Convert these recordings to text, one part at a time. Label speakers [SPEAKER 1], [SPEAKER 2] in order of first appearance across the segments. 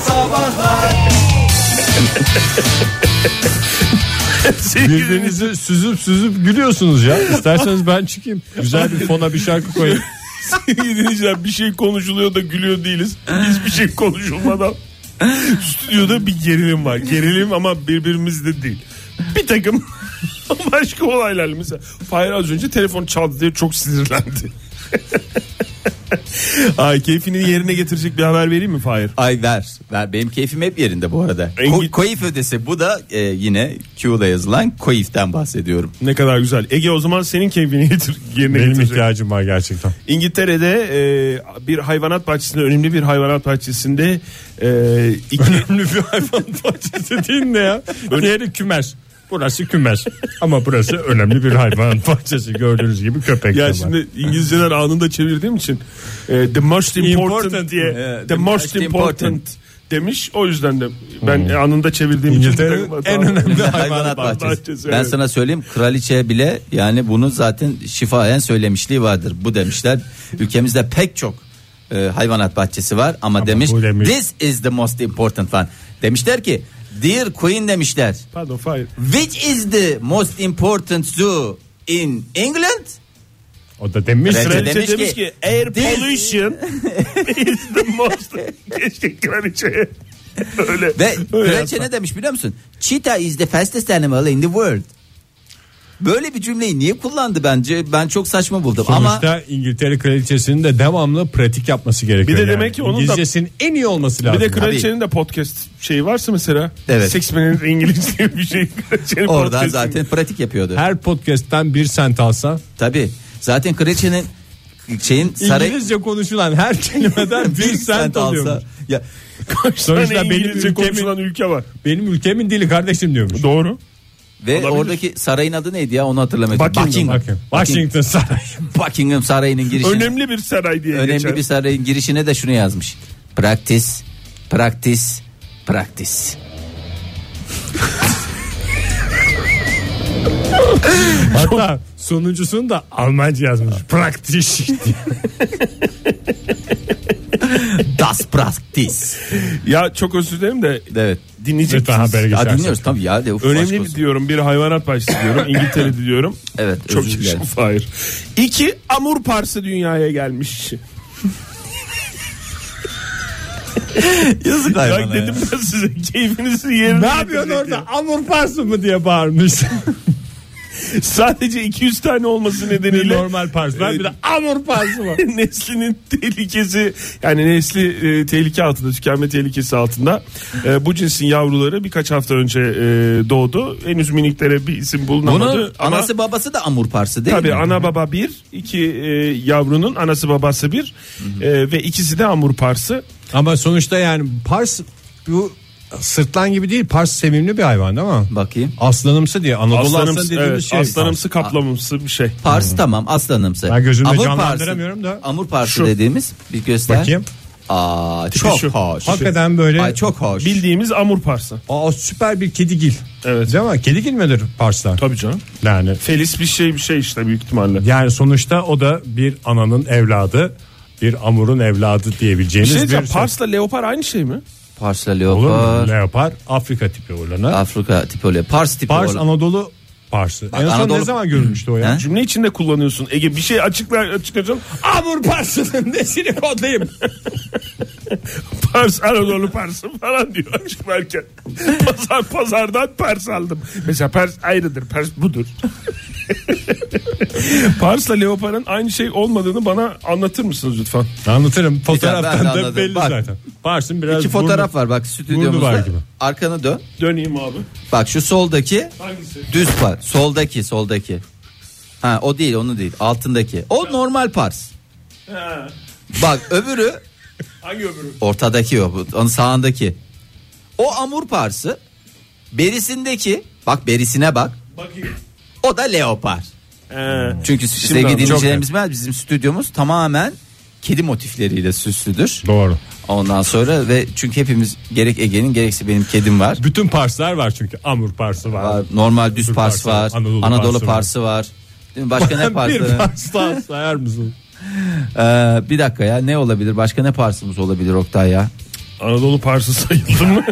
[SPEAKER 1] sabahlar.
[SPEAKER 2] Birbirinizi süzüp süzüp gülüyorsunuz ya. İsterseniz ben çıkayım. Güzel bir fona bir şarkı koyayım.
[SPEAKER 3] Sevgili dinleyiciler bir şey konuşuluyor da gülüyor değiliz. Hiçbir şey konuşulmadan stüdyoda bir gerilim var. Gerilim ama birbirimizde değil. Bir takım başka olaylarla mesela Fahir az önce telefon çaldı diye çok sinirlendi. Ay keyfini yerine getirecek bir haber vereyim mi Fahir?
[SPEAKER 1] Ay ver. ver. Benim keyfim hep yerinde bu arada.
[SPEAKER 3] En-
[SPEAKER 1] Ko- koyif ödesi bu da e, yine Q'da yazılan koyiften bahsediyorum.
[SPEAKER 3] Ne kadar güzel. Ege o zaman senin keyfini getir, yerine
[SPEAKER 2] Benim
[SPEAKER 3] getirecek.
[SPEAKER 2] ihtiyacım var gerçekten.
[SPEAKER 3] İngiltere'de e, bir hayvanat bahçesinde önemli bir hayvanat bahçesinde e, iki
[SPEAKER 2] Önemli bir hayvan bahçesi dediğin ne ya? Diğeri kümes. Burası kümes. Ama burası önemli bir hayvan bahçesi. Gördüğünüz gibi köpek de
[SPEAKER 3] Ya
[SPEAKER 2] var.
[SPEAKER 3] şimdi İngilizceler anında çevirdiğim için e, the most important,
[SPEAKER 2] Important.
[SPEAKER 3] diye
[SPEAKER 1] Evet,
[SPEAKER 3] the most important demiş. O yüzden de ben e, anında çevirdiğim
[SPEAKER 2] İngiltere'nin
[SPEAKER 3] bir
[SPEAKER 2] en
[SPEAKER 3] takım hata-
[SPEAKER 2] önemli
[SPEAKER 1] Hayvanat,
[SPEAKER 2] hayvanat
[SPEAKER 1] bahçesi.
[SPEAKER 3] bahçesi,
[SPEAKER 1] Ben
[SPEAKER 3] evet.
[SPEAKER 1] sana söyleyeyim kraliçe bile yani bunu zaten şifayen söylemişliği vardır. Bu demişler. Ülkemizde pek çok e, hayvanat bahçesi var ama, demiş,
[SPEAKER 2] bu demiş-
[SPEAKER 1] this is the most important one. Demişler ki dear queen demişler.
[SPEAKER 3] Pardon Fahir.
[SPEAKER 1] Which is the most important zoo in England?
[SPEAKER 2] O da demiş.
[SPEAKER 1] Evet.
[SPEAKER 3] Kraliçe demiş,
[SPEAKER 1] demiş
[SPEAKER 3] ki,
[SPEAKER 1] ki,
[SPEAKER 3] air
[SPEAKER 1] this-
[SPEAKER 3] pollution is the most keşke kraliçeye öyle.
[SPEAKER 1] Ve
[SPEAKER 3] öyle
[SPEAKER 1] kraliçe
[SPEAKER 3] yapsa.
[SPEAKER 1] ne demiş biliyor musun? Cheetah is the fastest animal in the world. Böyle bir cümleyi niye kullandı bence? Ben çok saçma buldum ama
[SPEAKER 2] Sonuçta İngiltere kraliçesinin de devamlı pratik yapması gerekiyor.
[SPEAKER 3] Bir de
[SPEAKER 2] yani.
[SPEAKER 3] demek ki onun da-
[SPEAKER 2] İngilizcesinin en iyi olması
[SPEAKER 3] bir
[SPEAKER 2] lazım.
[SPEAKER 3] de kraliçenin de podcast şeyi varsa mesela.
[SPEAKER 1] Evet.
[SPEAKER 3] Six Minutes English diye bir şey. Kraliçenin
[SPEAKER 1] oradan
[SPEAKER 3] podcast'in-
[SPEAKER 1] zaten pratik yapıyordu.
[SPEAKER 2] Her podcast'ten bir sent alsa
[SPEAKER 1] Tabii. Zaten kraliçenin şeyin saray
[SPEAKER 2] İngilizce konuşulan her kelimeden bir sent alıyormuş.
[SPEAKER 1] Ya
[SPEAKER 3] Hani
[SPEAKER 2] Sonuçta benim
[SPEAKER 3] İngilizce
[SPEAKER 2] ülkemin,
[SPEAKER 3] konuşulan ülke var.
[SPEAKER 2] benim ülkemin dili kardeşim diyormuş.
[SPEAKER 3] Doğru.
[SPEAKER 1] ve
[SPEAKER 3] Olabilir.
[SPEAKER 1] oradaki sarayın adı neydi ya onu hatırlamıyorum.
[SPEAKER 3] Buckingham,
[SPEAKER 2] Bakın, Washington Sarayı.
[SPEAKER 1] Buckingham sarayının girişine.
[SPEAKER 3] Önemli bir saray diye
[SPEAKER 1] önemli
[SPEAKER 3] geçer.
[SPEAKER 1] bir sarayın girişine de şunu yazmış. Praktis, praktis, praktis.
[SPEAKER 2] Hatta sonuncusunu da Almanca yazmış. Praktiş diye.
[SPEAKER 1] Das praktis.
[SPEAKER 3] Ya çok özür dilerim de
[SPEAKER 1] Evet.
[SPEAKER 3] dinleyecek
[SPEAKER 2] Lütfen
[SPEAKER 3] misiniz?
[SPEAKER 2] haberi
[SPEAKER 1] Ya
[SPEAKER 2] geçersin.
[SPEAKER 1] dinliyoruz tabii ya. De, uf, aşk
[SPEAKER 3] Önemli
[SPEAKER 1] olsun.
[SPEAKER 3] bir diyorum bir hayvanat bahçesi diyorum İngiltere diyorum.
[SPEAKER 1] Evet,
[SPEAKER 3] Çok
[SPEAKER 1] özür dilerim.
[SPEAKER 3] yaşa hayır. İki amur parsı dünyaya gelmiş.
[SPEAKER 1] Yazık
[SPEAKER 3] Bak
[SPEAKER 1] hayvana
[SPEAKER 3] dedim
[SPEAKER 1] ya.
[SPEAKER 3] ben size keyfinizi yerine
[SPEAKER 2] ne yapıyorsun
[SPEAKER 3] getirin
[SPEAKER 2] orada? Amur parsı mı diye bağırmış.
[SPEAKER 3] diye. Sadece 200 tane olması
[SPEAKER 2] bir
[SPEAKER 3] nedeniyle
[SPEAKER 2] normal parsı var bir de amur parsı var.
[SPEAKER 3] neslinin tehlikesi yani nesli e, tehlike altında tükenme tehlikesi altında E, bu cinsin yavruları birkaç hafta önce e, doğdu. Henüz miniklere bir isim bulunamadı.
[SPEAKER 1] Bunun
[SPEAKER 3] ama-
[SPEAKER 1] anası babası da amur parsı değil
[SPEAKER 3] Tabii
[SPEAKER 1] mi?
[SPEAKER 3] ana baba bir, iki e, yavrunun anası babası bir e, ve ikisi de amur parsı.
[SPEAKER 2] Ama sonuçta yani pars bu sırtlan gibi değil pars sevimli bir hayvan değil mi?
[SPEAKER 1] Bakayım.
[SPEAKER 2] Aslanımsı diye Anadolu aslanı
[SPEAKER 3] Aslanımsı,
[SPEAKER 2] dediğimiz
[SPEAKER 3] evet,
[SPEAKER 2] şey.
[SPEAKER 3] aslanımsı kaplamımsı bir şey.
[SPEAKER 1] Pars tamam aslanımsı.
[SPEAKER 2] Hmm. Ben gözümde
[SPEAKER 1] Amur
[SPEAKER 2] canlandıramıyorum
[SPEAKER 1] parsı-
[SPEAKER 2] da.
[SPEAKER 1] Amur parsı
[SPEAKER 3] Şu.
[SPEAKER 1] dediğimiz bir göster.
[SPEAKER 2] Bakayım.
[SPEAKER 1] Aa, çok
[SPEAKER 3] şu.
[SPEAKER 1] hoş.
[SPEAKER 2] Hakikaten böyle
[SPEAKER 1] Ay çok hoş.
[SPEAKER 3] Bildiğimiz amur parsı.
[SPEAKER 2] Aa, süper bir kedigil.
[SPEAKER 3] Evet.
[SPEAKER 2] Değil mi? Kedigil midir parslar?
[SPEAKER 3] Tabii canım.
[SPEAKER 2] Yani
[SPEAKER 3] Felis bir şey bir şey işte büyük ihtimalle.
[SPEAKER 2] yani sonuçta o da bir ananın evladı, bir amurun evladı
[SPEAKER 3] Bir
[SPEAKER 2] diyebileceğimiz
[SPEAKER 3] şey
[SPEAKER 2] bir,
[SPEAKER 3] diyeceğim
[SPEAKER 2] şey.
[SPEAKER 3] parsla leopar aynı şey mi?
[SPEAKER 1] Parsla
[SPEAKER 2] Olur mu?
[SPEAKER 1] leopar.
[SPEAKER 2] Leopar Afrika tipi olanı.
[SPEAKER 1] Afrika tipi oluyor. Pars tipi
[SPEAKER 2] Pars
[SPEAKER 1] olan.
[SPEAKER 2] Anadolu parsı. en son
[SPEAKER 1] Anadolu-
[SPEAKER 2] ne zaman görülmüştü o ya?
[SPEAKER 1] He?
[SPEAKER 3] Cümle içinde kullanıyorsun Ege bir şey açıkla açıklayacağım.
[SPEAKER 2] Amur parsının Ah, nesini kodlayayım?
[SPEAKER 3] Pars Anadolu parsı falan diyor açıklarken. Pazar pazardan pers aldım. Mesela pers ayrıdır pers budur. Parsla leoparın aynı şey olmadığını bana anlatır mısınız lütfen?
[SPEAKER 2] Anlatırım.
[SPEAKER 1] ben de
[SPEAKER 2] Fotoğraftan da
[SPEAKER 1] anladım.
[SPEAKER 2] belli
[SPEAKER 1] Bak.
[SPEAKER 2] zaten. Parsın biraz
[SPEAKER 1] İki
[SPEAKER 2] burnu-
[SPEAKER 1] fotoğraf var bak
[SPEAKER 2] burnu var
[SPEAKER 1] stüdyomuzda.
[SPEAKER 2] gibi.
[SPEAKER 1] Arkanı dön.
[SPEAKER 3] Döneyim abi.
[SPEAKER 1] Bak şu soldaki
[SPEAKER 3] Hangisi?
[SPEAKER 1] düz par. Soldaki soldaki. Ha o değil onu değil. Altındaki. O normal pars.
[SPEAKER 3] Ha,
[SPEAKER 1] Bak öbürü
[SPEAKER 3] hangi öbürü?
[SPEAKER 1] ortadaki o. bu- Onun sağındaki. O amur parsı. Berisindeki. Bak berisine bak.
[SPEAKER 3] Bakayım.
[SPEAKER 1] O da leopar.
[SPEAKER 3] Ee,
[SPEAKER 1] Çünkü
[SPEAKER 3] anladım.
[SPEAKER 1] sevgili dinleyicilerimiz var. Bizim stüdyomuz tamamen kedi motifleriyle süslüdür.
[SPEAKER 2] Doğru.
[SPEAKER 1] Ondan sonra ve çünkü hepimiz gerek Ege'nin gerekse benim kedim var.
[SPEAKER 2] Bütün parslar var çünkü. Amur parsı var.
[SPEAKER 1] Var, Normal düz
[SPEAKER 2] Türk
[SPEAKER 1] pars
[SPEAKER 2] parsı
[SPEAKER 1] var.
[SPEAKER 2] var,
[SPEAKER 1] Anadolu,
[SPEAKER 2] Anadolu parsı var.
[SPEAKER 1] parsı var. Değil mi? Başka ne parsı?
[SPEAKER 2] bir pars daha sayar mısın?
[SPEAKER 1] Ee, bir dakika ya ne olabilir? Başka ne parsımız olabilir Oktay ya?
[SPEAKER 3] Anadolu Parsı sayıldı mı?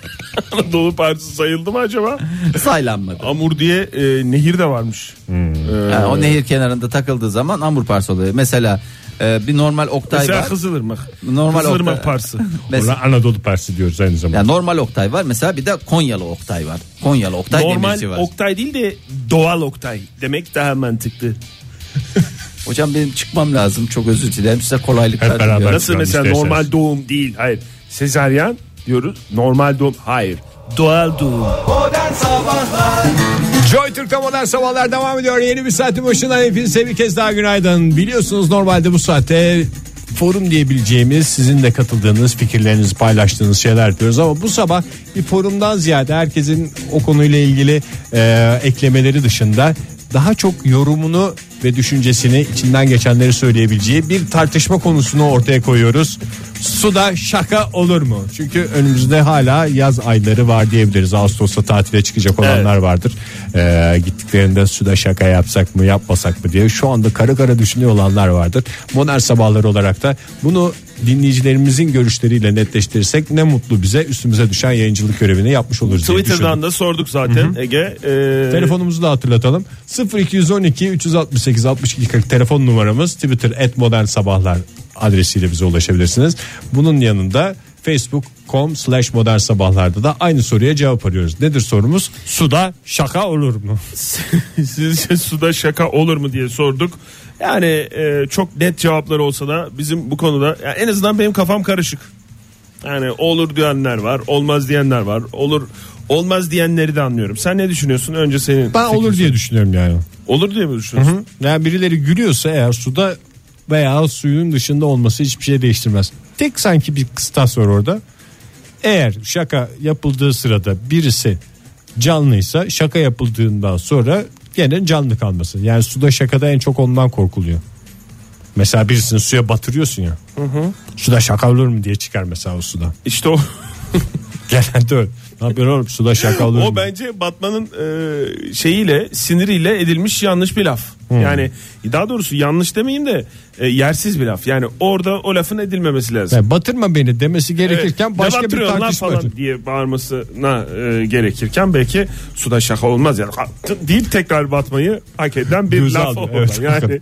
[SPEAKER 3] Anadolu Parsı sayıldı mı acaba?
[SPEAKER 1] Saylanmadı.
[SPEAKER 3] Amur diye e, nehir de varmış. Ee,
[SPEAKER 1] Yani o nehir kenarında takıldığı zaman amur parsı oluyor. Mesela e, bir normal oktay
[SPEAKER 3] Mesela
[SPEAKER 1] var.
[SPEAKER 3] Kızılırmak.
[SPEAKER 1] Normal
[SPEAKER 3] Kızılırmak
[SPEAKER 1] Oktay.
[SPEAKER 3] Parsı.
[SPEAKER 1] Mes-
[SPEAKER 4] Ona Anadolu Parsi diyoruz aynı zamanda.
[SPEAKER 1] yani normal oktay var. Mesela bir de Konyalı oktay var. Konyalı oktay
[SPEAKER 3] Normal
[SPEAKER 1] demirci var.
[SPEAKER 3] Oktay değil de doğal Oktay demek daha mantıklı.
[SPEAKER 1] Hocam benim çıkmam lazım. Çok özür dilerim. Size kolaylıklar
[SPEAKER 4] Hep beraber.
[SPEAKER 1] diliyorum.
[SPEAKER 3] Nasıl
[SPEAKER 4] Tamam,
[SPEAKER 3] mesela
[SPEAKER 4] isterseniz.
[SPEAKER 3] normal doğum değil. Hayır. Sezaryen diyoruz. Normal doğum. Hayır. Doğal doğum.
[SPEAKER 2] Joy Türk'te modern sabahlar devam ediyor. Yeni bir saatin başına hepinize bir kez daha günaydın. Biliyorsunuz normalde bu saatte forum diyebileceğimiz sizin de katıldığınız fikirlerinizi paylaştığınız şeyler yapıyoruz ama bu sabah bir forumdan ziyade herkesin o konuyla ilgili e, eklemeleri dışında daha çok yorumunu ve düşüncesini içinden geçenleri söyleyebileceği bir tartışma konusunu ortaya koyuyoruz. Suda şaka olur mu? Çünkü önümüzde hala yaz ayları var diyebiliriz. Ağustos'ta tatile çıkacak olanlar vardır. Ee, gittiklerinde suda şaka yapsak mı yapmasak mı diye şu anda kara kara düşünüyor olanlar vardır. Modern sabahları olarak da bunu dinleyicilerimizin görüşleriyle netleştirirsek ne mutlu bize üstümüze düşen yayıncılık görevini yapmış oluruz diye düşündüm.
[SPEAKER 3] Twitter'dan da sorduk zaten Ege. Ee,
[SPEAKER 2] Telefonumuzu da hatırlatalım. 0212 368 62 40 telefon numaramız. Twitter et modern sabahlar adresiyle bize ulaşabilirsiniz. Bunun yanında facebook.com slash modern sabahlarda da aynı soruya cevap arıyoruz. Nedir sorumuz? Suda şaka olur mu?
[SPEAKER 3] Sizce suda şaka olur mu diye sorduk. Yani e, çok net cevapları olsa da bizim bu konuda yani en azından benim kafam karışık. Yani olur diyenler var, olmaz diyenler var. Olur olmaz diyenleri de anlıyorum. Sen ne düşünüyorsun? Önce senin.
[SPEAKER 2] Ben olur diye düşünüyorum yani.
[SPEAKER 3] Olur diye mi düşünüyorsun?
[SPEAKER 2] Yani birileri gülüyorsa eğer suda veya suyun dışında olması hiçbir şey değiştirmez. Tek sanki bir kıstas var orada. Eğer şaka yapıldığı sırada birisi canlıysa şaka yapıldığından sonra gene canlı kalması. Yani suda şakada en çok ondan korkuluyor. Mesela birisini suya batırıyorsun ya. Suda şaka olur mu diye çıkar mesela o sudan.
[SPEAKER 3] İşte o
[SPEAKER 2] Gelen de öyle. Ne yapıyorsun oğlum suda şaka olur mu?
[SPEAKER 3] O bence Batman'ın e, şeyiyle siniriyle edilmiş yanlış bir laf. Yani daha doğrusu yanlış demeyeyim de e, yersiz bir laf. Yani orada o lafın edilmemesi lazım.
[SPEAKER 2] Yani batırma beni demesi gerekirken
[SPEAKER 3] Evet,
[SPEAKER 2] başka
[SPEAKER 3] "Ne
[SPEAKER 2] bir
[SPEAKER 3] batırıyorsun lan"
[SPEAKER 2] tartışma.
[SPEAKER 3] falan diye bağırmasına e, gerekirken belki suda şaka olmaz yani deyip tekrar batmayı hak eden bir
[SPEAKER 2] Göze
[SPEAKER 3] laf
[SPEAKER 2] aldı,
[SPEAKER 3] o.
[SPEAKER 2] evet.
[SPEAKER 3] yani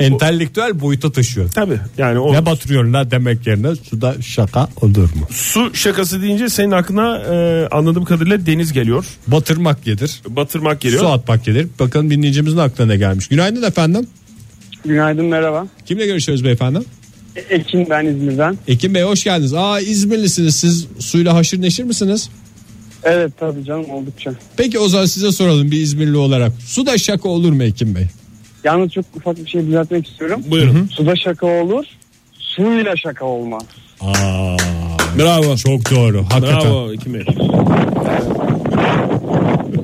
[SPEAKER 2] Entelektüel boyuta taşıyor.
[SPEAKER 3] tabi yani o
[SPEAKER 2] Ne batırıyorsun la demek yerine suda şaka olur mu?
[SPEAKER 3] su şakası deyince senin aklına e, anladığım kadarıyla deniz geliyor
[SPEAKER 2] Batırmak gelir.
[SPEAKER 3] batırmak geliyor
[SPEAKER 2] Su atmak gelir. Bakalım dinleyicimizin aklına ne gelmiş. Günaydın efendim.
[SPEAKER 5] Günaydın merhaba.
[SPEAKER 2] Kimle görüşüyoruz beyefendi?
[SPEAKER 5] E- Ekin ben İzmir'den.
[SPEAKER 2] Ekim Bey hoş geldiniz. Aa İzmirlisiniz siz suyla haşır neşir misiniz?
[SPEAKER 5] Evet tabii canım oldukça.
[SPEAKER 2] Peki o zaman size soralım bir İzmirli olarak. Suda şaka olur mu Ekim Bey?
[SPEAKER 5] Yalnız çok ufak bir şey düzeltmek istiyorum.
[SPEAKER 3] buyurun
[SPEAKER 5] Suda şaka olur, suyla şaka olmaz.
[SPEAKER 2] Aa, Bravo. Çok doğru. Hakikaten.
[SPEAKER 3] bravo Ekim Bey.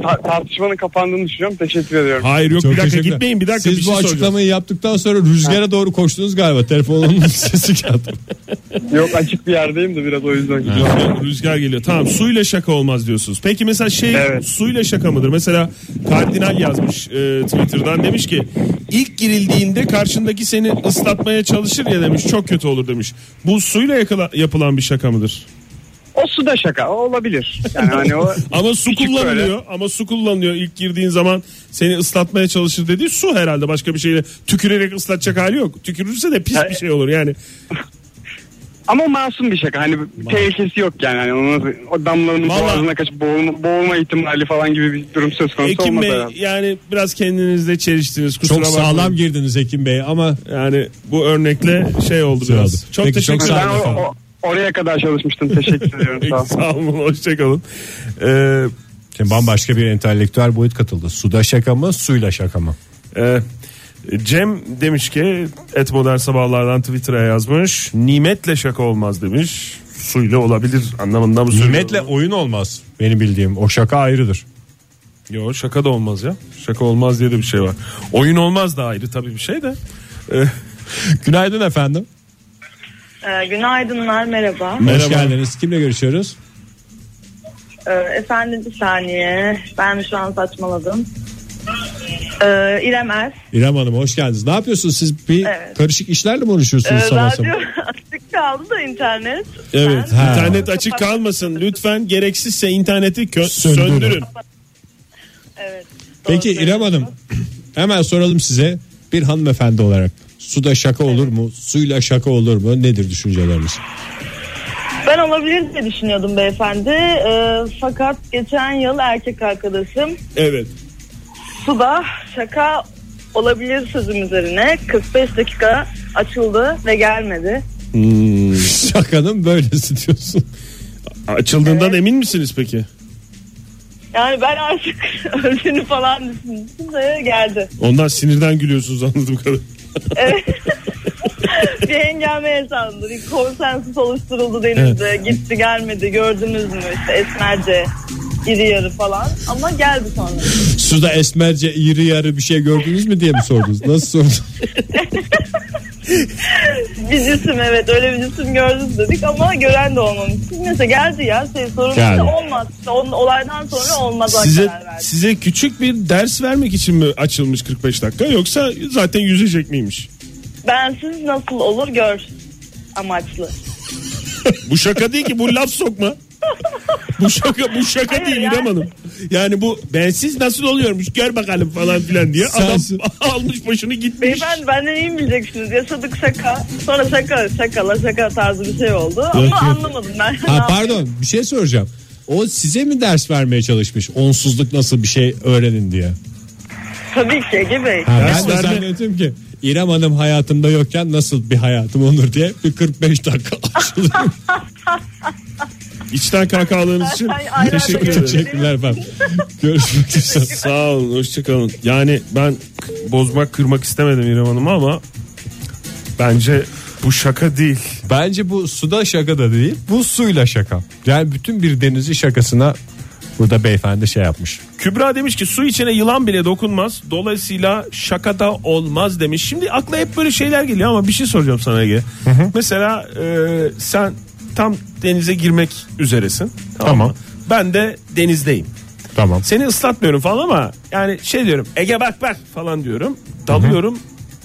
[SPEAKER 5] Ta- tartışmanın kapandığını düşünüyorum. Teşekkür ediyorum.
[SPEAKER 3] hayır yok
[SPEAKER 2] Çok
[SPEAKER 3] bir dakika
[SPEAKER 2] teşekkürler.
[SPEAKER 3] gitmeyin bir dakika
[SPEAKER 2] Siz
[SPEAKER 3] bir
[SPEAKER 2] bu
[SPEAKER 3] şey soracağım.
[SPEAKER 2] açıklamayı yaptıktan sonra rüzgara doğru koştunuz galiba. Telefonunun sesi geldi.
[SPEAKER 5] Yok açık bir yerdeyim de biraz o yüzden. gidiyorum.
[SPEAKER 3] Rüzgar- Rüzgar geliyor. Tamam suyla şaka olmaz diyorsunuz. Peki mesela şey
[SPEAKER 5] Evet.
[SPEAKER 3] suyla şaka mıdır? Mesela kardinal yazmış e, Twitter'dan demiş ki ilk girildiğinde karşındaki seni ıslatmaya çalışır ya demiş çok kötü olur demiş. Bu suyla yakala- yapılan bir şaka mıdır?
[SPEAKER 5] O suda şaka o olabilir. Yani hani o
[SPEAKER 3] Ama su
[SPEAKER 5] Küçük böyle.
[SPEAKER 3] kullanılıyor ama su kullanılıyor ilk girdiğin zaman seni ıslatmaya çalışır dediği su herhalde başka bir şeyle tükürerek ıslatacak hali yok. Tükürürse de pis bir şey olur yani.
[SPEAKER 5] ama masum bir şaka. Hani bir tehlikesi yok yani. Hani onu, o damlanın
[SPEAKER 3] Vallahi-
[SPEAKER 5] boğazına kaçıp boğulma, boğulma ihtimali falan gibi bir durum söz konusu
[SPEAKER 3] Ekim
[SPEAKER 5] olmaz.
[SPEAKER 3] Bey
[SPEAKER 5] herhalde.
[SPEAKER 3] yani biraz kendinizle çeliştiniz kusura
[SPEAKER 2] Çok
[SPEAKER 3] bakmayın.
[SPEAKER 2] sağlam girdiniz Ekim Bey ama
[SPEAKER 3] Yani bu örnekle şey oldu
[SPEAKER 2] Güzel
[SPEAKER 3] biraz.
[SPEAKER 2] oldu.
[SPEAKER 3] Çok
[SPEAKER 2] Peki,
[SPEAKER 3] teşekkür
[SPEAKER 2] çok
[SPEAKER 3] ederim.
[SPEAKER 5] Ben
[SPEAKER 2] sağ olun
[SPEAKER 5] o-
[SPEAKER 2] efendim.
[SPEAKER 5] o- oraya kadar çalışmıştım. Teşekkür ediyorum. Sağ olun.
[SPEAKER 3] Sağ olun. Hoşçakalın. Ee,
[SPEAKER 2] Şimdi bambaşka bir entelektüel boyut katıldı. Suda şaka mı, suyla şaka mı?
[SPEAKER 3] e, Cem demiş ki et modern sabahlardan Twitter'a yazmış. Nimetle şaka olmaz demiş. Suyla olabilir anlamında mı söylüyorum?
[SPEAKER 2] Nimetle oyun olmaz. Benim bildiğim o şaka ayrıdır.
[SPEAKER 3] Yo şaka da olmaz ya. Şaka olmaz diye de bir şey var. Oyun olmaz da ayrı tabii bir şey de. Ee,
[SPEAKER 2] Günaydın efendim.
[SPEAKER 6] Ee, günaydınlar merhaba.
[SPEAKER 2] Hoş geldiniz. Kimle görüşüyoruz?
[SPEAKER 6] Ee, efendim bir saniye. Ben şu an saçmaladım. Ee, İrem Er.
[SPEAKER 2] İrem Hanım hoş geldiniz. Ne yapıyorsunuz siz? Bir
[SPEAKER 6] Evet.
[SPEAKER 2] karışık işlerle mi uğraşıyorsunuz
[SPEAKER 6] Ee,
[SPEAKER 2] sabah sabah?
[SPEAKER 6] radyo açık açık kaldı da internet.
[SPEAKER 3] Evet.
[SPEAKER 6] Ben-
[SPEAKER 3] İnternet açık kalmasın. Lütfen gereksizse interneti kö-
[SPEAKER 2] Söndürün.
[SPEAKER 3] söndürün.
[SPEAKER 6] Evet.
[SPEAKER 2] Peki
[SPEAKER 6] Doğru.
[SPEAKER 2] İrem Hanım hemen soralım size bir hanımefendi olarak. Suda şaka olur mu? Suyla şaka olur mu? Nedir düşünceleriniz?
[SPEAKER 6] Ben olabilir diye düşünüyordum beyefendi. Ee, fakat geçen yıl erkek arkadaşım
[SPEAKER 3] Evet.
[SPEAKER 6] Suda şaka olabilir sözüm üzerine 45 dakika açıldı ve gelmedi.
[SPEAKER 3] hmm,
[SPEAKER 2] Şakanın böylesi diyorsun.
[SPEAKER 3] Açıldığından emin misiniz peki?
[SPEAKER 6] Yani ben artık öldüğünü falan düşündüm de geldi.
[SPEAKER 3] Ondan sinirden gülüyorsunuz anladığım kadarıyla.
[SPEAKER 6] Evet. bir hengame yaşandı. Bir konsensus oluşturuldu denizde. Gitti gelmedi gördünüz mü işte esmerce iri yarı falan. Ama geldi sonra.
[SPEAKER 2] Suda esmerce iri yarı bir şey gördünüz mü diye mi sordunuz? Nasıl sordunuz?
[SPEAKER 6] Bir cisim evet öyle bir cisim gördünüz dedik ama gören de olmamış. Neyse geldi ya şey sorun
[SPEAKER 2] Geldi.
[SPEAKER 6] işte olmaz. İşte onun olaydan sonra olmaz.
[SPEAKER 3] Size
[SPEAKER 6] karar verdik.
[SPEAKER 3] size küçük bir ders vermek için mi açılmış 45 dakika yoksa zaten yüzecek miymiş?
[SPEAKER 6] Bensiz nasıl olur gör amaçlı.
[SPEAKER 3] Bu şaka değil ki bu laf sokma. Bu şaka bu şaka
[SPEAKER 6] Hayır
[SPEAKER 3] değil
[SPEAKER 6] ya.
[SPEAKER 3] İrem Hanım. Yani bu bensiz nasıl oluyormuş gör bakalım falan filan diye
[SPEAKER 2] Sensin.
[SPEAKER 3] adam almış başını gitmiş.
[SPEAKER 6] Beyefendi benden iyi mi bileceksiniz? Yaşadık şaka. Sonra şaka şakala şaka tarzı bir şey oldu. Ama anlamadım ben. Ne
[SPEAKER 2] Ha,
[SPEAKER 6] yapayım?
[SPEAKER 2] pardon bir şey soracağım. O size mi ders vermeye çalışmış? Onsuzluk nasıl bir şey öğrenin diye.
[SPEAKER 6] Tabii ki Ege Bey.
[SPEAKER 2] Ha, ben
[SPEAKER 3] Ders
[SPEAKER 2] de
[SPEAKER 3] verme-
[SPEAKER 2] zannettim ki İrem Hanım hayatımda yokken nasıl bir hayatım olur diye bir 45 dakika açılıyor.
[SPEAKER 3] İçten kahkahalarınız için
[SPEAKER 6] Ay, ay,
[SPEAKER 3] teşekkür
[SPEAKER 6] ay,
[SPEAKER 3] ederim.
[SPEAKER 2] Teşekkürler efendim. Görüşmek üzere.
[SPEAKER 3] Sağ olun hoşçakalın. Yani ben bozmak kırmak istemedim İrem Hanım'ı ama bence bu şaka değil.
[SPEAKER 2] Bence bu suda şaka da değil. Bu suyla şaka. Yani bütün bir denizi şakasına burada beyefendi şey yapmış.
[SPEAKER 3] Kübra demiş ki su içine yılan bile dokunmaz. Dolayısıyla şaka da olmaz demiş. Şimdi akla hep böyle şeyler geliyor ama bir şey soracağım sana Ege. Mesela e, sen tam denize girmek üzeresin. Tamam. mı?
[SPEAKER 2] Tamam.
[SPEAKER 3] Ben de denizdeyim.
[SPEAKER 2] Tamam.
[SPEAKER 3] Seni ıslatmıyorum falan ama yani şey diyorum Ege bak bak falan diyorum. Dalıyorum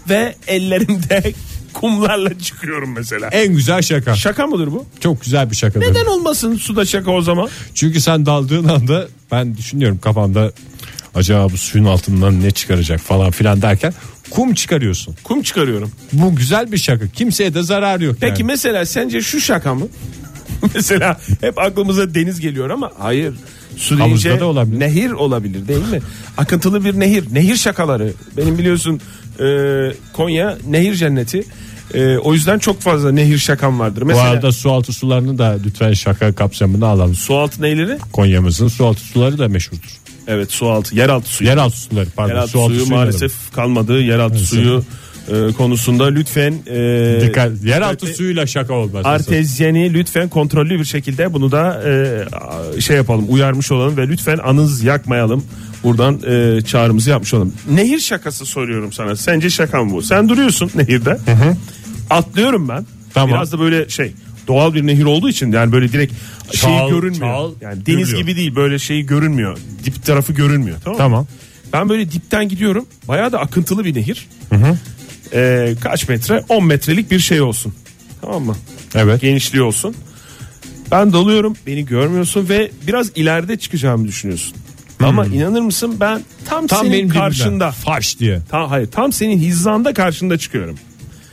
[SPEAKER 3] ve ellerimde kumlarla çıkıyorum mesela. E,
[SPEAKER 2] En güzel şaka.
[SPEAKER 3] Şaka mıdır bu?
[SPEAKER 2] Çok güzel bir şaka.
[SPEAKER 3] Neden olmasın suda şaka o zaman?
[SPEAKER 2] Çünkü sen daldığın anda ben düşünüyorum kafamda acaba bu suyun altından ne çıkaracak falan filan derken kum çıkarıyorsun.
[SPEAKER 3] Kum çıkarıyorum.
[SPEAKER 2] Bu güzel bir şaka. Kimseye de zarar yok.
[SPEAKER 3] Peki
[SPEAKER 2] yani.
[SPEAKER 3] mesela sence şu şaka mı? mesela hep aklımıza deniz geliyor ama hayır. Su
[SPEAKER 2] Havuzda
[SPEAKER 3] deyince
[SPEAKER 2] da olabilir.
[SPEAKER 3] nehir olabilir değil mi? Akıntılı bir nehir. Nehir şakaları. Benim biliyorsun e, Konya nehir cenneti. E, o yüzden çok fazla nehir şakam vardır.
[SPEAKER 2] bu
[SPEAKER 3] Mesela
[SPEAKER 2] arada sualtı sularını da lütfen şaka kapsamına alalım.
[SPEAKER 3] sualtı nehirleri?
[SPEAKER 2] Konya'mızın sualtı suları da meşhurdur.
[SPEAKER 3] Evet sualtı. Yeraltı suyu.
[SPEAKER 2] Yeraltı suları pardon.
[SPEAKER 3] yeraltı
[SPEAKER 2] sualtı
[SPEAKER 3] suyu
[SPEAKER 2] suyunu
[SPEAKER 3] maalesef
[SPEAKER 2] alalım.
[SPEAKER 3] kalmadı. Yeraltı suyu e, konusunda lütfen e,
[SPEAKER 2] Dikkat, yeraltı
[SPEAKER 3] Arte-
[SPEAKER 2] suyuyla şaka olmaz.
[SPEAKER 3] Artezyeni lütfen kontrollü bir şekilde bunu da e, şey yapalım uyarmış olalım ve lütfen anız yakmayalım. Buradan e, çağrımızı yapmış olalım. Nehir şakası soruyorum sana. Sence şaka mı bu? Sen duruyorsun nehirde. Atlıyorum ben.
[SPEAKER 2] Tamam.
[SPEAKER 3] Biraz da böyle şey doğal bir nehir olduğu için yani böyle direkt şey
[SPEAKER 2] Çağıl-
[SPEAKER 3] görünmüyor.
[SPEAKER 2] çağıl
[SPEAKER 3] yani deniz
[SPEAKER 2] gürlüyor.
[SPEAKER 3] gibi değil böyle şeyi görünmüyor. Dip tarafı görünmüyor tamam mı?
[SPEAKER 2] Tamam.
[SPEAKER 3] Ben böyle dipten gidiyorum. Bayağı da akıntılı bir nehir. E, kaç metre? 10 metrelik bir şey olsun. Tamam mı?
[SPEAKER 2] Evet.
[SPEAKER 3] genişliği olsun. Ben dalıyorum beni görmüyorsun ve biraz ileride çıkacağımı düşünüyorsun. Ama inanır mısın ben tam,
[SPEAKER 2] Hmm. Tam
[SPEAKER 3] senin
[SPEAKER 2] benim karşında.
[SPEAKER 3] karşında.
[SPEAKER 2] Faş diye.
[SPEAKER 3] Tam, hayır tam senin hizanda karşında çıkıyorum.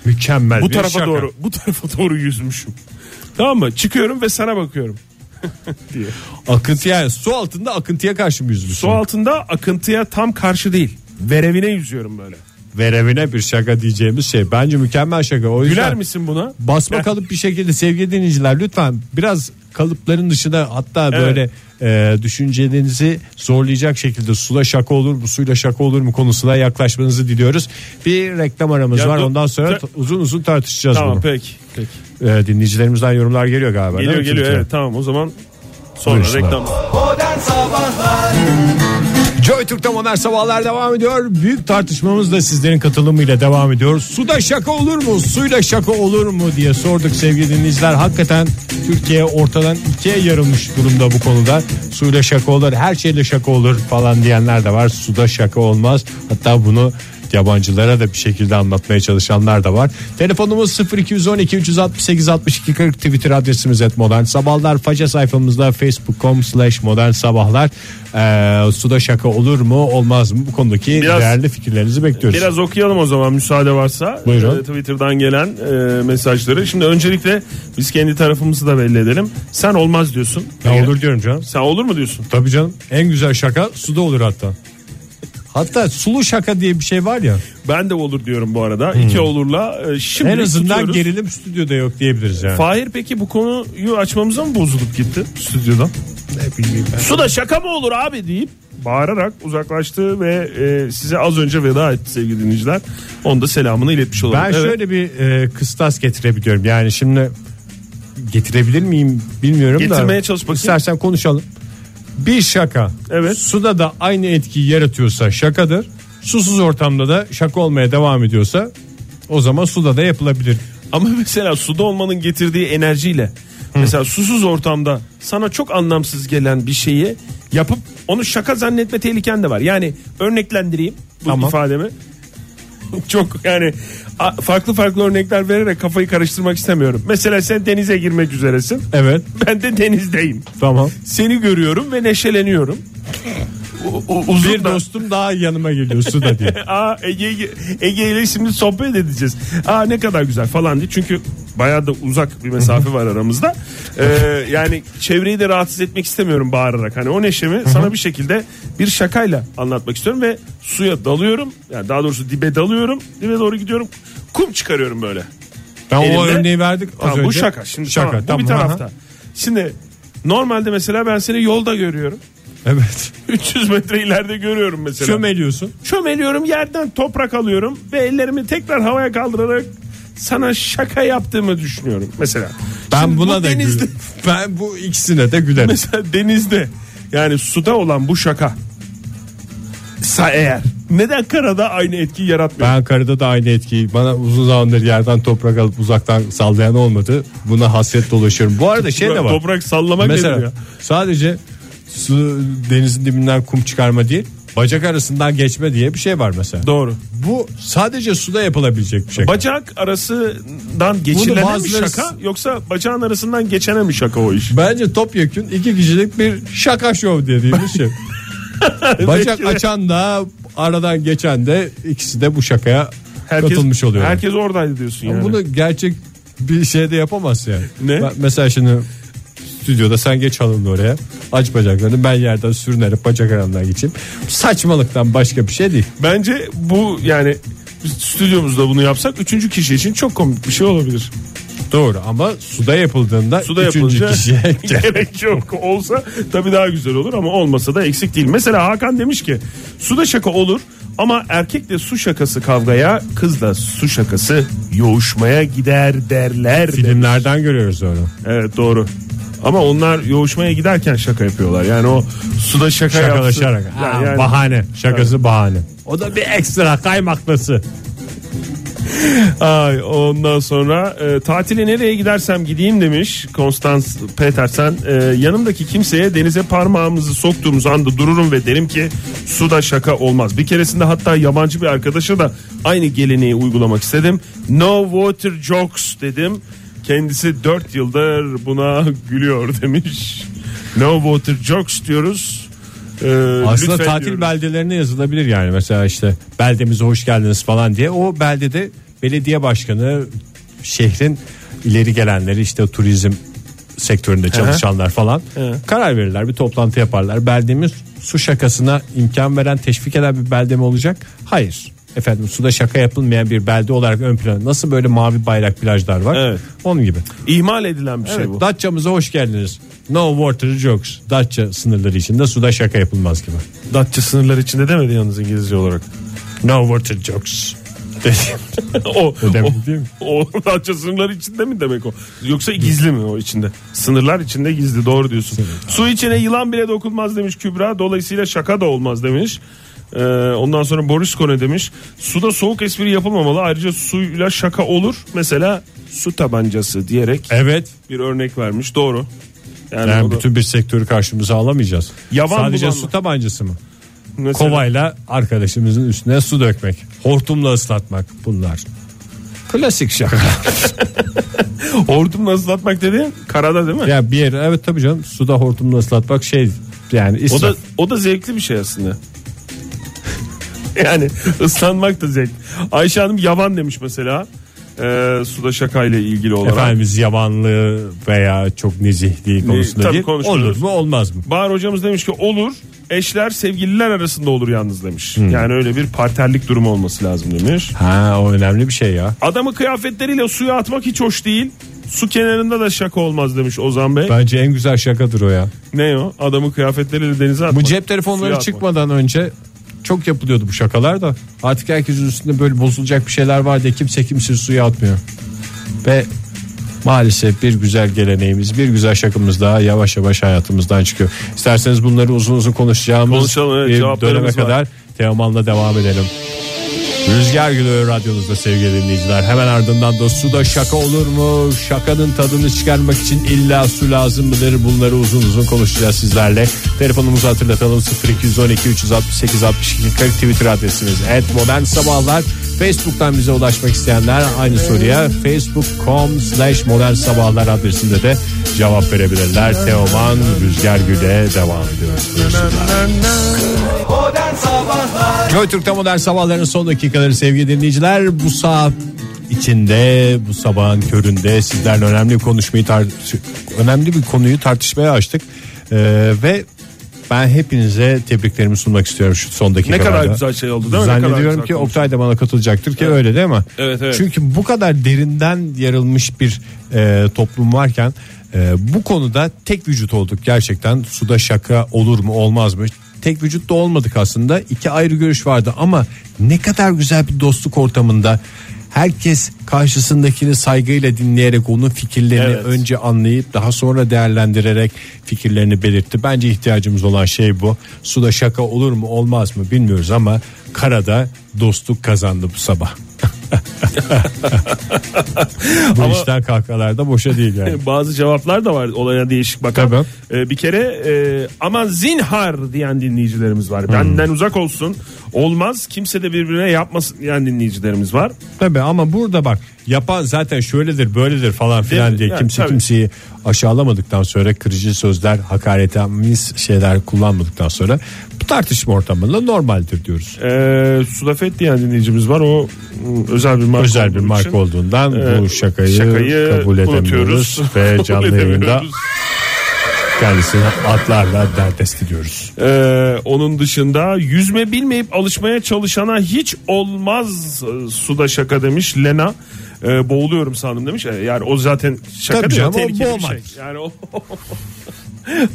[SPEAKER 2] Mükemmel
[SPEAKER 3] Bu
[SPEAKER 2] bir
[SPEAKER 3] tarafa
[SPEAKER 2] şaka.
[SPEAKER 3] doğru bu tarafa doğru yüzmüşüm. Tamam mı? Çıkıyorum ve sana bakıyorum.
[SPEAKER 2] Akıntı yani su altında akıntıya karşı mı yüzmüşsün?
[SPEAKER 3] Su altında akıntıya tam karşı değil. Verevine yüzüyorum böyle.
[SPEAKER 2] Verevine bir şaka diyeceğimiz şey. Bence mükemmel şaka. O yüzden
[SPEAKER 3] Güler misin buna?
[SPEAKER 2] basma kalıp bir şekilde sevgili dinleyiciler lütfen biraz kalıpların dışında hatta böyle e, düşüncelerinizi zorlayacak şekilde suda şaka olur mu suyla şaka olur mu konusuna yaklaşmanızı diliyoruz. Bir reklam aramız
[SPEAKER 3] Ya
[SPEAKER 2] var
[SPEAKER 3] dur-
[SPEAKER 2] ondan sonra
[SPEAKER 3] sen-
[SPEAKER 2] t- uzun uzun tartışacağız
[SPEAKER 3] Tamam
[SPEAKER 2] bunu.
[SPEAKER 3] peki. peki.
[SPEAKER 2] E, dinleyicilerimizden yorumlar geliyor galiba.
[SPEAKER 3] Geliyor
[SPEAKER 2] değil mi?
[SPEAKER 3] geliyor
[SPEAKER 2] Twitter'a?
[SPEAKER 3] evet tamam o zaman sonra
[SPEAKER 2] Buyursunlar.
[SPEAKER 3] reklam.
[SPEAKER 2] Joy Türk'te modern sabahlar devam ediyor. Büyük tartışmamız da sizlerin katılımıyla devam ediyor. Suda şaka olur mu? Suyla şaka olur mu diye sorduk sevgili dinleyiciler. Hakikaten Türkiye ortadan ikiye yarılmış durumda bu konuda. Suyla şaka olur, her şeyle şaka olur falan diyenler de var. Suda şaka olmaz. Hatta bunu yabancılara da bir şekilde anlatmaya çalışanlar da var. Telefonumuz 0212 368 62 40 Twitter adresimiz et modern sabahlar. Faça sayfamızda facebook.com slash modern sabahlar. Ee, suda şaka olur mu olmaz mı bu konudaki
[SPEAKER 3] Biraz-
[SPEAKER 2] değerli fikirlerinizi bekliyoruz.
[SPEAKER 3] Biraz okuyalım o zaman müsaade varsa.
[SPEAKER 2] Buyurun.
[SPEAKER 3] Ee, Twitter'dan gelen e, mesajları. Şimdi öncelikle biz kendi tarafımızı da belli edelim. Sen olmaz diyorsun.
[SPEAKER 2] Ya olur diyorum canım.
[SPEAKER 3] Sen olur mu diyorsun?
[SPEAKER 2] Tabii canım en güzel şaka suda olur hatta. Hatta sulu şaka diye bir şey var ya.
[SPEAKER 3] Ben de olur diyorum bu arada. İki olurla e, şimdi
[SPEAKER 2] Hmm. en azından
[SPEAKER 3] tutuyoruz.
[SPEAKER 2] gerilim stüdyoda yok diyebiliriz yani.
[SPEAKER 3] Fahir peki bu konuyu açmamıza mı bozulup gitti stüdyodan? Su da şaka mı olur abi deyip bağırarak uzaklaştı ve e, size az önce veda etti sevgili dinleyiciler. Onu da selamını iletmiş olalım.
[SPEAKER 2] Ben
[SPEAKER 3] Evet.
[SPEAKER 2] şöyle bir e, kıstas getirebiliyorum. Yani şimdi getirebilir miyim bilmiyorum da.
[SPEAKER 3] Getirmeye çalış bakayım.
[SPEAKER 2] İstersen konuşalım. Bir şaka.
[SPEAKER 3] Evet.
[SPEAKER 2] Suda da aynı etkiyi yaratıyorsa şakadır. Susuz ortamda da şaka olmaya devam ediyorsa o zaman suda da yapılabilir.
[SPEAKER 3] Ama mesela suda olmanın getirdiği enerjiyle mesela susuz ortamda sana çok anlamsız gelen bir şeyi yapıp onu şaka zannetme tehliken de var. Yani örneklendireyim bu
[SPEAKER 2] Tamam.
[SPEAKER 3] ifademi. çok yani a- farklı farklı örnekler vererek kafayı karıştırmak istemiyorum. Mesela sen denize girmek üzeresin.
[SPEAKER 2] Evet.
[SPEAKER 3] Ben de denizdeyim.
[SPEAKER 2] Tamam.
[SPEAKER 3] Seni görüyorum ve neşeleniyorum. U- u- uzun
[SPEAKER 2] Bir
[SPEAKER 3] da-
[SPEAKER 2] dostum daha yanıma geliyor suda diye.
[SPEAKER 3] Aa Ege, Ege ile şimdi sohbet edeceğiz. Aa ne kadar güzel falan diye. Çünkü bayağı da uzak bir mesafe var aramızda. Ee, yani çevreyi de rahatsız etmek istemiyorum bağırarak. Hani o neşemi sana bir şekilde bir şakayla anlatmak istiyorum ve suya dalıyorum. Yani daha doğrusu dibe dalıyorum. Dibe doğru gidiyorum. Kum çıkarıyorum böyle.
[SPEAKER 2] Ben o
[SPEAKER 3] Elimde-
[SPEAKER 2] örneği verdik az
[SPEAKER 3] Tamam,
[SPEAKER 2] önce.
[SPEAKER 3] bu şaka. Şimdi
[SPEAKER 2] şaka.
[SPEAKER 3] tamam, bu
[SPEAKER 2] tamam,
[SPEAKER 3] bir
[SPEAKER 2] aha.
[SPEAKER 3] tarafta. Şimdi normalde mesela ben seni yolda görüyorum.
[SPEAKER 2] Evet.
[SPEAKER 3] 300 metre ileride görüyorum mesela
[SPEAKER 2] Çömeliyorsun.
[SPEAKER 3] çömeliyorum yerden toprak alıyorum ve ellerimi tekrar havaya kaldırarak sana şaka yaptığımı düşünüyorum mesela.
[SPEAKER 2] Ben
[SPEAKER 3] Şimdi
[SPEAKER 2] buna
[SPEAKER 3] bu
[SPEAKER 2] da
[SPEAKER 3] denizde,
[SPEAKER 2] gülerim. Ben bu ikisine de gülerim.
[SPEAKER 3] mesela denizde yani suda olan bu şaka sa eğer neden karada aynı etkiyi yaratmıyor?
[SPEAKER 2] Ben karada da aynı etkiyi bana uzun zamandır yerden toprak alıp uzaktan sallayan olmadı. Buna hasret dolaşıyorum. Bu arada şey de var.
[SPEAKER 3] Toprak sallamak
[SPEAKER 2] Mesela
[SPEAKER 3] nedir ya?
[SPEAKER 2] sadece su denizin dibinden kum çıkarma değil, bacak arasından geçme diye bir şey var mesela.
[SPEAKER 3] Doğru.
[SPEAKER 2] Bu sadece suda yapılabilecek bir şey.
[SPEAKER 3] Bacak arasından geçilene
[SPEAKER 2] bazıları-
[SPEAKER 3] mi şaka yoksa bacağın arasından geçene mi şaka o iş?
[SPEAKER 2] Bence topyekün iki kişilik bir şaka şov dediğimiz şey. Bacak açan da aradan geçen de ikisi de bu şakaya katılmış oluyor.
[SPEAKER 3] Herkes oradaydı diyorsun yani.
[SPEAKER 2] Bunu gerçek bir şeyde yapamaz yani.
[SPEAKER 3] Ne?
[SPEAKER 2] Ben- mesela şimdi stüdyoda sen geç alın oraya. Aç bacaklarını ben yerden sürünerek bacak arandan geçeyim. Saçmalıktan başka bir şey değil.
[SPEAKER 3] Bence bu yani biz stüdyomuzda bunu yapsak üçüncü kişi için çok komik bir şey olabilir.
[SPEAKER 2] Doğru ama suda yapıldığında
[SPEAKER 3] Suda
[SPEAKER 2] üçüncü
[SPEAKER 3] yapılınca
[SPEAKER 2] kişiye
[SPEAKER 3] gerek yok. Olsa tabii daha güzel olur ama olmasa da eksik değil. Mesela Hakan demiş ki suda şaka olur ama erkekle su şakası kavgaya kızla su şakası yoğuşmaya gider derler. de.
[SPEAKER 2] filmlerden görüyoruz onu.
[SPEAKER 3] Evet doğru. Ama onlar yoğuşmaya giderken şaka yapıyorlar. Yani o suda şaka yapsın.
[SPEAKER 2] Şakalaşarak.
[SPEAKER 3] Ya
[SPEAKER 2] Ha,
[SPEAKER 3] yani-
[SPEAKER 2] bahane. Şakası bahane. O da bir ekstra kaymaklısı.
[SPEAKER 3] Ay ondan sonra e, tatile nereye gidersem gideyim demiş Konstans Petersen. E, yanımdaki kimseye denize parmağımızı soktuğumuz anda dururum ve derim ki suda şaka olmaz. Bir keresinde hatta yabancı bir arkadaşa da aynı geleneği uygulamak istedim. No water jokes dedim. Kendisi 4 yıldır buna gülüyor demiş. No water jokes diyoruz. E,
[SPEAKER 2] Aslında
[SPEAKER 3] lütfen
[SPEAKER 2] tatil
[SPEAKER 3] diyoruz.
[SPEAKER 2] beldelerine yazılabilir yani mesela işte beldemize hoş geldiniz falan diye o beldede belediye başkanı şehrin ileri gelenleri işte turizm sektöründe çalışanlar falan karar verirler bir toplantı yaparlar beldemiz su şakasına imkan veren teşvik eden bir belde mi olacak hayır efendim suda şaka yapılmayan bir belde olarak ön plana nasıl böyle mavi bayrak plajlar var
[SPEAKER 3] Evet.
[SPEAKER 2] onun gibi
[SPEAKER 3] İhmal edilen bir şey
[SPEAKER 2] evet,
[SPEAKER 3] bu.
[SPEAKER 2] Datça'mıza hoş geldiniz no water jokes Datça sınırları içinde suda şaka yapılmaz gibi
[SPEAKER 3] Datça sınırları içinde demedi yalnız İngilizce olarak.
[SPEAKER 2] No water jokes.
[SPEAKER 3] o,
[SPEAKER 2] demek
[SPEAKER 3] o,
[SPEAKER 2] değil mi?
[SPEAKER 3] o Datça sınırları içinde mi demek o? Yoksa gizli mi o içinde? Sınırlar içinde gizli doğru diyorsun. Su içine yılan bile dokunmaz demiş Kübra. Dolayısıyla şaka da olmaz demiş. Ee, ondan sonra Boris Kone demiş. Suda soğuk espri yapılmamalı. Ayrıca suyla şaka olur. Mesela su tabancası diyerek
[SPEAKER 2] evet.
[SPEAKER 3] bir örnek vermiş. Doğru. Yani,
[SPEAKER 2] Yani
[SPEAKER 3] o da-
[SPEAKER 2] bütün bir sektörü karşımıza alamayacağız.
[SPEAKER 3] Yaban
[SPEAKER 2] Sadece
[SPEAKER 3] bulanma.
[SPEAKER 2] su tabancası mı?
[SPEAKER 3] Mesela-
[SPEAKER 2] Kovayla arkadaşımızın üstüne su dökmek. Hortumla ıslatmak bunlar. Klasik şaka.
[SPEAKER 3] Hortumla ıslatmak dediğin karada değil mi?
[SPEAKER 2] ya bir yere evet tabii canım suda hortumla ıslatmak şey yani
[SPEAKER 3] o
[SPEAKER 2] israf.
[SPEAKER 3] da o da zevkli bir şey aslında. yani ıslanmak da zevk. Ayşe Hanım yavan demiş mesela. Ee, suda şakayla ilgili olarak.
[SPEAKER 2] Efendimiz yabanlığı veya çok nezihliği konusunda
[SPEAKER 3] tabii
[SPEAKER 2] değil.
[SPEAKER 3] konuşmuyoruz.
[SPEAKER 2] Olur mu olmaz mı?
[SPEAKER 3] Bahar hocamız demiş ki olur. Eşler sevgililer arasında olur yalnız demiş.
[SPEAKER 2] Hmm.
[SPEAKER 3] Yani öyle bir parterlik durumu olması lazım demiş.
[SPEAKER 2] Ha o önemli bir şey ya.
[SPEAKER 3] Adamı kıyafetleriyle suya atmak hiç hoş değil. Su kenarında da şaka olmaz demiş Ozan Bey.
[SPEAKER 2] Bence en güzel şakadır o ya.
[SPEAKER 3] Ne o? Adamı kıyafetleriyle denize
[SPEAKER 2] Bu
[SPEAKER 3] atmak.
[SPEAKER 2] cep telefonları
[SPEAKER 3] Suya atmak.
[SPEAKER 2] çıkmadan önce çok yapılıyordu bu şakalar da. Artık herkesin üstünde böyle bozulacak bir şeyler var diye kimse kimseyi suya atmıyor. Ve maalesef bir güzel geleneğimiz, bir güzel şakamız daha yavaş yavaş hayatımızdan çıkıyor. İsterseniz bunları uzun uzun konuşacağımız
[SPEAKER 3] Konuşalım, evet,
[SPEAKER 2] bir
[SPEAKER 3] cevaplarımız
[SPEAKER 2] döneme
[SPEAKER 3] var.
[SPEAKER 2] kadar Teoman'la devam edelim. Rüzgar Gülü radyonuzda sevgili dinleyiciler. Hemen ardından da suda şaka olur mu? Şakanın tadını çıkarmak için illa su lazım mıdır? Bunları uzun uzun konuşacağız sizlerle. Telefonumuzu hatırlatalım 0212 368 62 40 Twitter adresimiz. Evet modern sabahlar. Facebook'tan bize ulaşmak isteyenler aynı soruya facebook.com slash modern sabahlar adresinde de cevap verebilirler. Teoman Rüzgar Gül'e devam ediyoruz. Buyursunlar. Joy Türk'te modern sabahların son dakikaları sevgili dinleyiciler. Bu saat içinde bu sabahın köründe sizlerle önemli bir konuşmayı tar- önemli bir konuyu tartışmaya açtık. Ee, ve ben hepinize tebriklerimi sunmak istiyorum şu son
[SPEAKER 3] Ne
[SPEAKER 2] dakikalarda.
[SPEAKER 3] kadar güzel şey oldu değil mi? Ne kadar
[SPEAKER 2] Zannediyorum
[SPEAKER 3] güzel
[SPEAKER 2] ki
[SPEAKER 3] konuştun.
[SPEAKER 2] Oktay da bana katılacaktır ki öyle değil mi?
[SPEAKER 3] Evet, evet.
[SPEAKER 2] Çünkü bu kadar derinden yarılmış bir e, toplum varken e, bu konuda tek vücut olduk gerçekten. Suda şaka olur mu olmaz mı? Tek vücut da olmadık aslında. İki ayrı görüş vardı ama ne kadar güzel bir dostluk ortamında. Herkes karşısındakini saygıyla dinleyerek onun fikirlerini
[SPEAKER 3] Evet.
[SPEAKER 2] önce anlayıp daha sonra değerlendirerek fikirlerini belirtti. Bence ihtiyacımız olan şey bu. Suda şaka olur mu olmaz mı bilmiyoruz ama karada dostluk kazandı bu sabah. Bu işler kahkahalarda boşa değil yani.
[SPEAKER 3] Bazı cevaplar da var olaya değişik bakan.
[SPEAKER 2] Tabii.
[SPEAKER 3] Ee, bir kere e, aman zinhar diyen dinleyicilerimiz var.
[SPEAKER 2] Hmm.
[SPEAKER 3] Benden uzak olsun. Olmaz. Kimse de birbirine yapmasın diyen dinleyicilerimiz var.
[SPEAKER 2] Tabii ama burada bak yapan zaten şöyledir böyledir falan
[SPEAKER 3] Değil mi?
[SPEAKER 2] filan diye
[SPEAKER 3] Yani
[SPEAKER 2] kimse
[SPEAKER 3] tabii.
[SPEAKER 2] kimseyi aşağılamadıktan sonra kırıcı sözler hakaretamiz şeyler kullanmadıktan sonra bu tartışma ortamında normaldir diyoruz.
[SPEAKER 3] Ee, Sudafet diyen dinleyicimiz var. O mm, özel bir marka
[SPEAKER 2] Özel bir
[SPEAKER 3] olduğu
[SPEAKER 2] marka
[SPEAKER 3] için,
[SPEAKER 2] olduğundan
[SPEAKER 3] e,
[SPEAKER 2] bu şakayı,
[SPEAKER 3] şakayı
[SPEAKER 2] kabul edemiyoruz
[SPEAKER 3] unutuyoruz.
[SPEAKER 2] ve
[SPEAKER 3] Kabul
[SPEAKER 2] canlı yayında
[SPEAKER 3] edemiyoruz.
[SPEAKER 2] kendisini atlarla derdest ediyoruz.
[SPEAKER 3] Ee, onun dışında yüzme bilmeyip alışmaya çalışana hiç olmaz e, suda şaka demiş Lena. Ee, boğuluyorum sandım demiş. Ee, Yani o zaten şaka
[SPEAKER 2] Tabii
[SPEAKER 3] değil
[SPEAKER 2] canım, o
[SPEAKER 3] tehlikeli bir
[SPEAKER 2] boğmak.
[SPEAKER 3] şey. Yani o,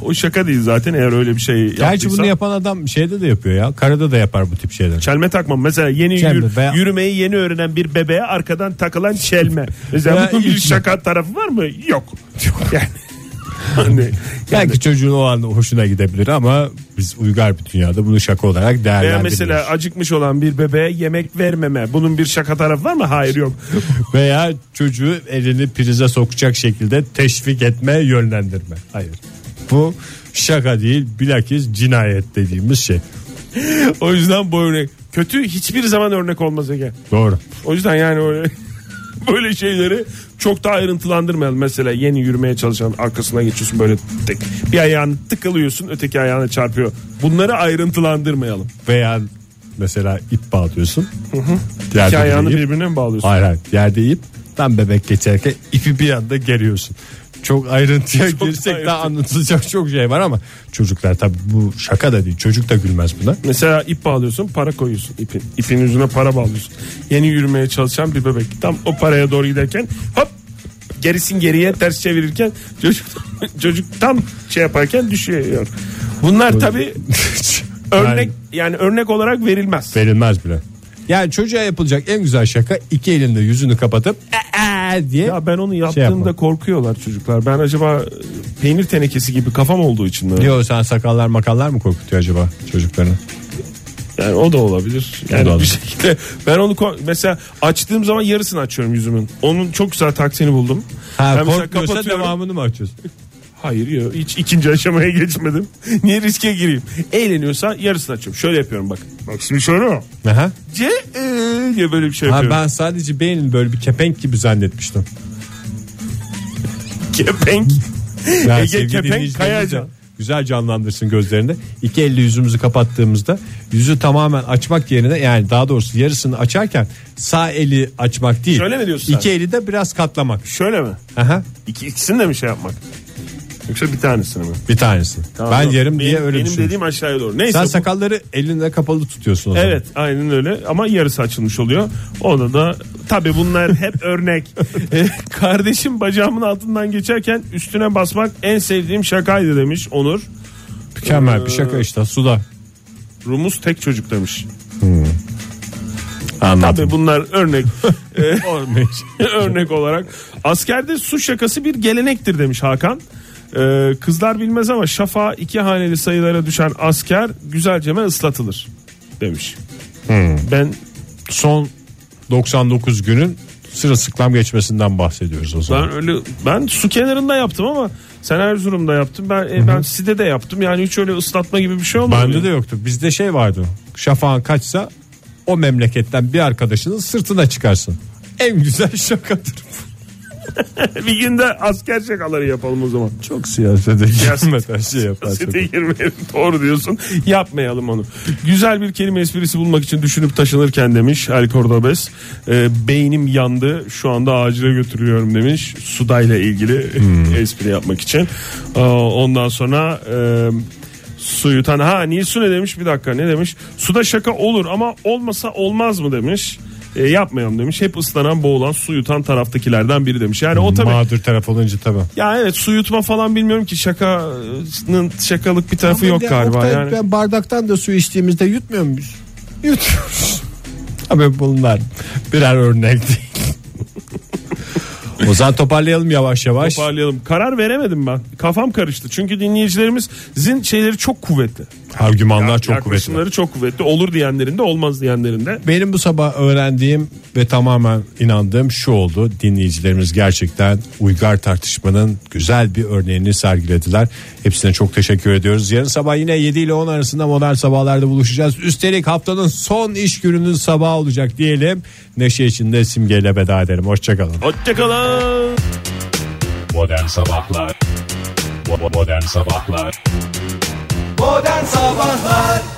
[SPEAKER 3] o şaka değil zaten eğer öyle bir şey
[SPEAKER 2] Gerçi
[SPEAKER 3] yaptıysa.
[SPEAKER 2] bunu yapan adam şeyde de yapıyor ya. Karada da yapar bu tip şeyler.
[SPEAKER 3] Çelme takmam mesela yeni yür-
[SPEAKER 2] Çelme veya-
[SPEAKER 3] yürümeyi yeni öğrenen bir bebeğe arkadan takılan çelme. Mesela
[SPEAKER 2] Veya
[SPEAKER 3] bunun bir
[SPEAKER 2] itme.
[SPEAKER 3] şaka tarafı var mı? Yok. Yani, hani, yani
[SPEAKER 2] Belki çocuğun o an hoşuna gidebilir ama biz uygar bir dünyada bunu şaka olarak
[SPEAKER 3] veya
[SPEAKER 2] değerlendiriyoruz.
[SPEAKER 3] e, mesela acıkmış olan bir bebeğe yemek vermeme. Bunun bir şaka tarafı var mı? Hayır yok.
[SPEAKER 2] Veya çocuğu elini prize sokacak şekilde teşvik etme, yönlendirme. Hayır. Bu şaka değil, bilakis cinayet dediğimiz şey.
[SPEAKER 3] O yüzden bu örnek kötü hiçbir zaman örnek olmaz Ege.
[SPEAKER 2] Doğru.
[SPEAKER 3] O yüzden yani öyle böyle şeyleri çok daha ayrıntılandırmayalım. Mesela yeni yürümeye çalışan arkasına geçiyorsun böyle tek bir ayağını tıkılıyorsun öteki ayağına çarpıyor. Bunları ayrıntılandırmayalım.
[SPEAKER 2] Veya mesela ip bağlıyorsun. Hı
[SPEAKER 3] İki ayağını
[SPEAKER 2] ip.
[SPEAKER 3] birbirine mi bağlıyorsun?
[SPEAKER 2] Hayır hayır. Yerde ip. Tam bebek geçerken ipi bir anda geriyorsun. Çok ayrıntıya
[SPEAKER 3] Çok
[SPEAKER 2] girsek
[SPEAKER 3] ayrıntı.
[SPEAKER 2] daha anlatılacak çok şey var ama çocuklar tabii bu şaka da değil. Çocuk da gülmez buna.
[SPEAKER 3] Mesela ip bağlıyorsun para koyuyorsun ipin. İpin yüzüne para bağlıyorsun. Yeni yürümeye çalışan bir bebek. Tam o paraya doğru giderken hop gerisin geriye ters çevirirken çocuk, çocuk tam şey yaparken düşüyor. Bunlar tabi örnek yani örnek olarak verilmez.
[SPEAKER 2] Verilmez bile. Yani çocuğa yapılacak en güzel şaka iki elinde yüzünü kapatıp "Aa!" diye.
[SPEAKER 3] Ya ben onu yaptığımda
[SPEAKER 2] şey yapma.
[SPEAKER 3] korkuyorlar çocuklar. Ben acaba e, peynir tenekesi gibi kafam olduğu için mi?
[SPEAKER 2] Diyor sen sakallar makallar mı korkutuyor acaba çocuklarını?
[SPEAKER 3] Yani o da olabilir.
[SPEAKER 2] da
[SPEAKER 3] Yani bir
[SPEAKER 2] olabilir.
[SPEAKER 3] şekilde ben onu ko- mesela açtığım zaman yarısını açıyorum yüzümün. Onun çok güzel taktiğini buldum.
[SPEAKER 2] Ha,
[SPEAKER 3] Ben mesela
[SPEAKER 2] korkmuyorsa
[SPEAKER 3] kapatıyorum.
[SPEAKER 2] devamını mı açıyorsun?
[SPEAKER 3] Hayır ya hiç ikinci aşamaya geçmedim. Niye riske gireyim? Eğleniyorsa yarısını açıyorum. Şöyle yapıyorum bak. Bak şimdi şöyle.
[SPEAKER 2] Aha.
[SPEAKER 3] C e, diye böyle bir şey
[SPEAKER 2] Ha,
[SPEAKER 3] yapıyorum.
[SPEAKER 2] ben sadece beynin böyle bir kepenk gibi zannetmiştim.
[SPEAKER 3] Kepenk.
[SPEAKER 2] Ya
[SPEAKER 3] Ege
[SPEAKER 2] sevgili
[SPEAKER 3] Kepenk
[SPEAKER 2] dinleyicilerimiz
[SPEAKER 3] Kayacan.
[SPEAKER 2] de Güzel canlandırsın gözlerinde. İki elle yüzümüzü kapattığımızda yüzü tamamen açmak yerine yani daha doğrusu yarısını açarken sağ eli açmak değil.
[SPEAKER 3] Şöyle mi diyorsun
[SPEAKER 2] İki eli de biraz katlamak.
[SPEAKER 3] Şöyle mi?
[SPEAKER 2] Aha,
[SPEAKER 3] İki, ikisini de mi şey yapmak? Yoksa bir tanesini mi?
[SPEAKER 2] bir tanesi. ben
[SPEAKER 3] Tamam.
[SPEAKER 2] yarım diye
[SPEAKER 3] Benim-
[SPEAKER 2] öyle
[SPEAKER 3] Benim
[SPEAKER 2] düşünmüştüm.
[SPEAKER 3] dediğim aşağıya doğru. Neyse.
[SPEAKER 2] Sen
[SPEAKER 3] bu-
[SPEAKER 2] sakalları elinde kapalı tutuyorsun o zaman.
[SPEAKER 3] Evet aynen öyle ama yarısı açılmış oluyor. Onda da tabi bunlar hep örnek. E, Kardeşim bacağımın altından geçerken üstüne basmak en sevdiğim şakaydı demiş Onur.
[SPEAKER 2] Mükemmel
[SPEAKER 3] Ee,
[SPEAKER 2] bir şaka işte suda.
[SPEAKER 3] Rumuz tek çocuk demiş.
[SPEAKER 2] Hmm. Anladım.
[SPEAKER 3] Tabi bunlar örnek. E, örnek olarak. Askerde su şakası bir gelenektir demiş Hakan. E, kızlar bilmez ama şafa iki haneli sayılara düşen asker güzelceme ıslatılır demiş.
[SPEAKER 2] Hmm.
[SPEAKER 3] Ben
[SPEAKER 2] Son 99 günün sırılsıklam geçmesinden bahsediyoruz o zaman.
[SPEAKER 3] Ben öyle ben su kenarında yaptım ama sen Erzurum'da yaptın. Ben e, ben Side'de yaptım. Yani hiç öyle ıslatma gibi bir şey olmadı.
[SPEAKER 2] Bende de yoktu. Bizde şey vardı. Şafağın kaçsa o memleketten bir arkadaşının sırtına çıkarsın. En güzel şakadır.
[SPEAKER 3] E, bir günde asker şakaları yapalım o zaman.
[SPEAKER 2] Çok siyasete
[SPEAKER 3] girmeden
[SPEAKER 2] şey
[SPEAKER 3] Site girmeyelim. Doğru diyorsun. Yapmayalım onu. Güzel bir kelime esprisi bulmak için düşünüp taşınırken demiş El Cordobes. E, beynim yandı. Şu anda acile götürüyorum demiş. Sudayla ilgili espri yapmak için. E, ondan sonra e, suyu tan ha Nisu ne demiş bir dakika ne demiş suda şaka olur ama olmasa olmaz mı demiş E, yapmayalım demiş hep ıslanan boğulan su yutan taraftakilerden biri demiş yani o tabii
[SPEAKER 2] Mağdur taraf olunca tabii.
[SPEAKER 3] ya evet su yutma falan bilmiyorum ki şakanın şakalık bir tarafı yok galiba yani.
[SPEAKER 2] bardaktan da su içtiğimizde yutmuyor muyuz? Yutuyoruz. Abi bunlar birer örnek değil. o zaman toparlayalım yavaş yavaş.
[SPEAKER 3] Toparlayalım. Karar veremedim ben. Kafam karıştı. Çünkü dinleyicilerimizin şeyleri çok kuvvetli.
[SPEAKER 2] Argümanlar çok kuvvetli.
[SPEAKER 3] Yaklaşımları çok kuvvetli. Olur diyenlerin de olmaz diyenlerin de.
[SPEAKER 2] Benim bu sabah öğrendiğim ve tamamen inandığım şu oldu. Dinleyicilerimiz gerçekten uygar tartışmanın güzel bir örneğini sergilediler. Hepsine çok teşekkür ediyoruz. Yarın sabah yine 7 ile 10 arasında modern sabahlarda buluşacağız. Üstelik haftanın son iş gününün sabahı olacak diyelim. Neşe içinde simgeyle veda edelim. Hoşçakalın.
[SPEAKER 3] Hoşçakalın.
[SPEAKER 7] Modern Sabahlar Bo- bo- Modern Sabahlar
[SPEAKER 8] Modern Sabahlar